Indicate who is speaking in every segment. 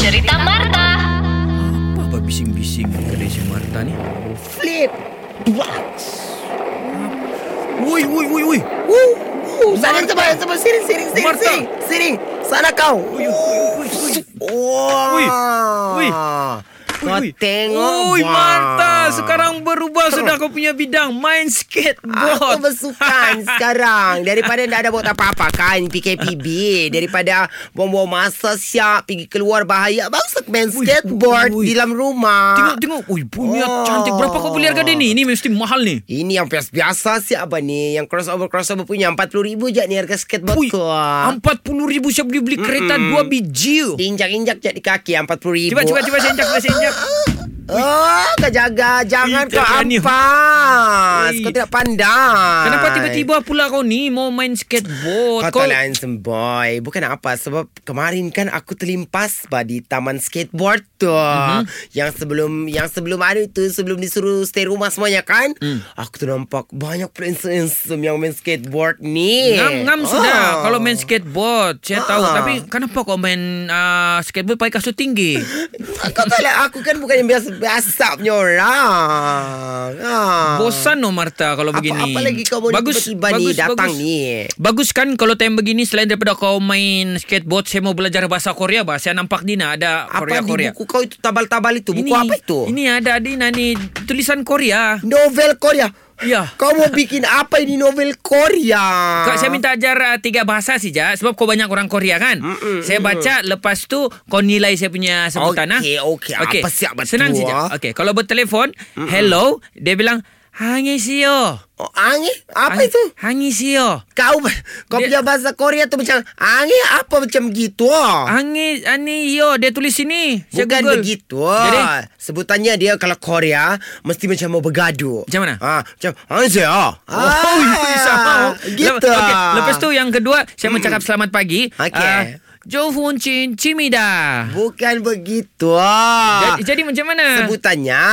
Speaker 1: Cerita Marta.
Speaker 2: Apa abang bising-bising di kedai si Marta ni?
Speaker 3: Flip.
Speaker 2: Woi, woi, woi, woi.
Speaker 3: Woo. Woo. Sana uh, cepat, cepat. Sini, sini, sini,
Speaker 2: Marta.
Speaker 3: sini. Sini. Sana kau.
Speaker 2: Woi, woi.
Speaker 3: Wah.
Speaker 2: Ui. Ui.
Speaker 3: Kau
Speaker 2: Ui, ui.
Speaker 3: tengok.
Speaker 2: Ui,
Speaker 3: Wah.
Speaker 2: Marta Sekarang berubah sudah kau punya bidang Main skateboard
Speaker 3: Aku bersukan sekarang Daripada tak ada buat apa-apa kan PKPB Daripada buang-buang masa siap Pergi keluar bahaya Bangsa main
Speaker 2: Ui,
Speaker 3: skateboard
Speaker 2: ui.
Speaker 3: Di dalam rumah
Speaker 2: Tengok, tengok Ui, punya
Speaker 3: Oh.
Speaker 2: cantik Berapa kau beli harga dia ni? Ini mesti mahal ni
Speaker 3: Ini yang biasa-biasa siap abang ni Yang crossover-crossover punya RM40,000 je ni harga
Speaker 2: Ui,
Speaker 3: skateboard tu ah.
Speaker 2: RM40,000 siap boleh beli kereta dua biji
Speaker 3: Diinjak-injak je di kaki RM40,000
Speaker 2: Cuba, cuba, cuba Senjak, cuba senjak
Speaker 3: Oh, kau jaga Jangan
Speaker 2: Ui,
Speaker 3: kau
Speaker 2: berani.
Speaker 3: ampas
Speaker 2: Ui.
Speaker 3: Kau tidak pandai
Speaker 2: Kenapa tiba-tiba pula kau ni Mau main skateboard
Speaker 3: Ah. Kau tak lah handsome boy Bukan apa Sebab kemarin kan Aku terlimpas bah, Di taman skateboard tu
Speaker 2: Mhm.
Speaker 3: mm-hmm. Yang sebelum Yang sebelum ada tu Sebelum disuruh Stay rumah semuanya kan
Speaker 2: Hmm.
Speaker 3: mm. Aku tu nampak Banyak pula handsome Yang main skateboard ni
Speaker 2: Ngam-ngam sudah Kalau main skateboard Saya tahu
Speaker 3: Oh. Ah.
Speaker 2: Tapi kenapa kau main ah, Skateboard pakai kasut tinggi
Speaker 3: Kau tak lah Aku kan bukan yang biasa-biasa punya orang ah.
Speaker 2: Bosan no Marta Kalau
Speaker 3: apa,
Speaker 2: begini
Speaker 3: apa lagi kau boleh tiba-tiba ni Datang ni
Speaker 2: Bagus kan kalau time begini selain daripada kau main skateboard saya mau belajar bahasa Korea bah. Saya nampak Dina ada
Speaker 3: Apa
Speaker 2: Korea
Speaker 3: di
Speaker 2: Korea.
Speaker 3: buku kau itu Tabal-tabal itu Buku apa itu
Speaker 2: Ini ada Dina ni tulisan Korea.
Speaker 3: Novel Korea
Speaker 2: Ya.
Speaker 3: Kau mau bikin apa ini novel Korea?
Speaker 2: Kak, saya minta ajar uh, tiga bahasa saja sebab kau banyak orang Korea kan.
Speaker 3: Mm-mm,
Speaker 2: saya baca lepas tu kau nilai saya punya sebutan
Speaker 3: Okey,
Speaker 2: ah.
Speaker 3: okey. Apa siap betul,
Speaker 2: Senang saja.
Speaker 3: ah.
Speaker 2: Okey, kalau bertelefon, hello, dia bilang Hangisio.
Speaker 3: Oh, angi? Apa itu?
Speaker 2: Hangisio.
Speaker 3: Kau kau
Speaker 2: Dia-
Speaker 3: punya bahasa Korea tu macam angi apa macam gitu. Oh.
Speaker 2: Angis ani yo dia tulis sini. Ah, Saya
Speaker 3: Bukan
Speaker 2: Google.
Speaker 3: begitu. Ah.
Speaker 2: Jadi
Speaker 3: Sebutannya dia kalau Korea mesti macam mau bergaduh.
Speaker 2: Macam mana?
Speaker 3: Ha, macam angi oh.
Speaker 2: Oh, ya, sama. Lep-
Speaker 3: Gitu. Hmm.
Speaker 2: okey, Lepas tu yang kedua, saya mm. mengucapkan selamat pagi.
Speaker 3: Okey.
Speaker 2: Ah, Johun Chin Chimida.
Speaker 3: Bukan begitu.
Speaker 2: Jadi, jadi macam mana?
Speaker 3: Sebutannya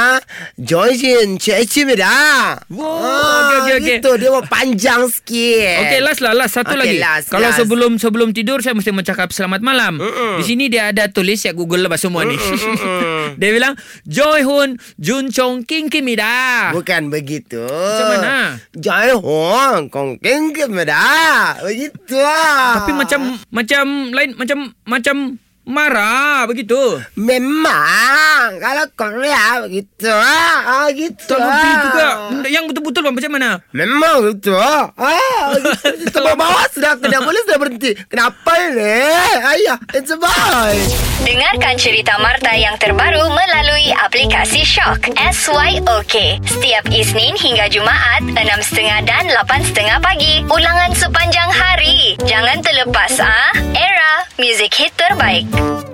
Speaker 3: Joyjin Chechimida.
Speaker 2: Wow, okey, okey, okey.
Speaker 3: Ah, Gitu dia mau panjang sikit.
Speaker 2: Okey, last lah, last satu lagi.
Speaker 3: Okey, last,
Speaker 2: Kalau
Speaker 3: last.
Speaker 2: sebelum sebelum tidur saya mesti mengucapkan selamat malam. Di sini dia ada tulis saya Google lah semua ni. dia bilang Johun Jun Chong King Kimida.
Speaker 3: Bukan begitu.
Speaker 2: Macam mana?
Speaker 3: Jai Hong Kong Keng Kemera. Begitu lah.
Speaker 2: Tapi macam macam lain macam macam marah begitu.
Speaker 3: Memang. Kalau Korea begitu lah. Ah, gitu
Speaker 2: Tak
Speaker 3: lah.
Speaker 2: lebih juga. Yang betul-betul bang macam mana?
Speaker 3: Memang gitu lah. Ah, gitu. Sebab bawah sudah. Tidak boleh sudah berhenti. Kenapa ni? Ayah. It's a boy.
Speaker 1: Dengarkan cerita Marta yang terbaru melalui aplikasi Shock SYOK setiap Isnin hingga Jumaat 6.30 dan 8.30 pagi. Ulangan sepanjang hari. Jangan terlepas ah. Era, music hit terbaik.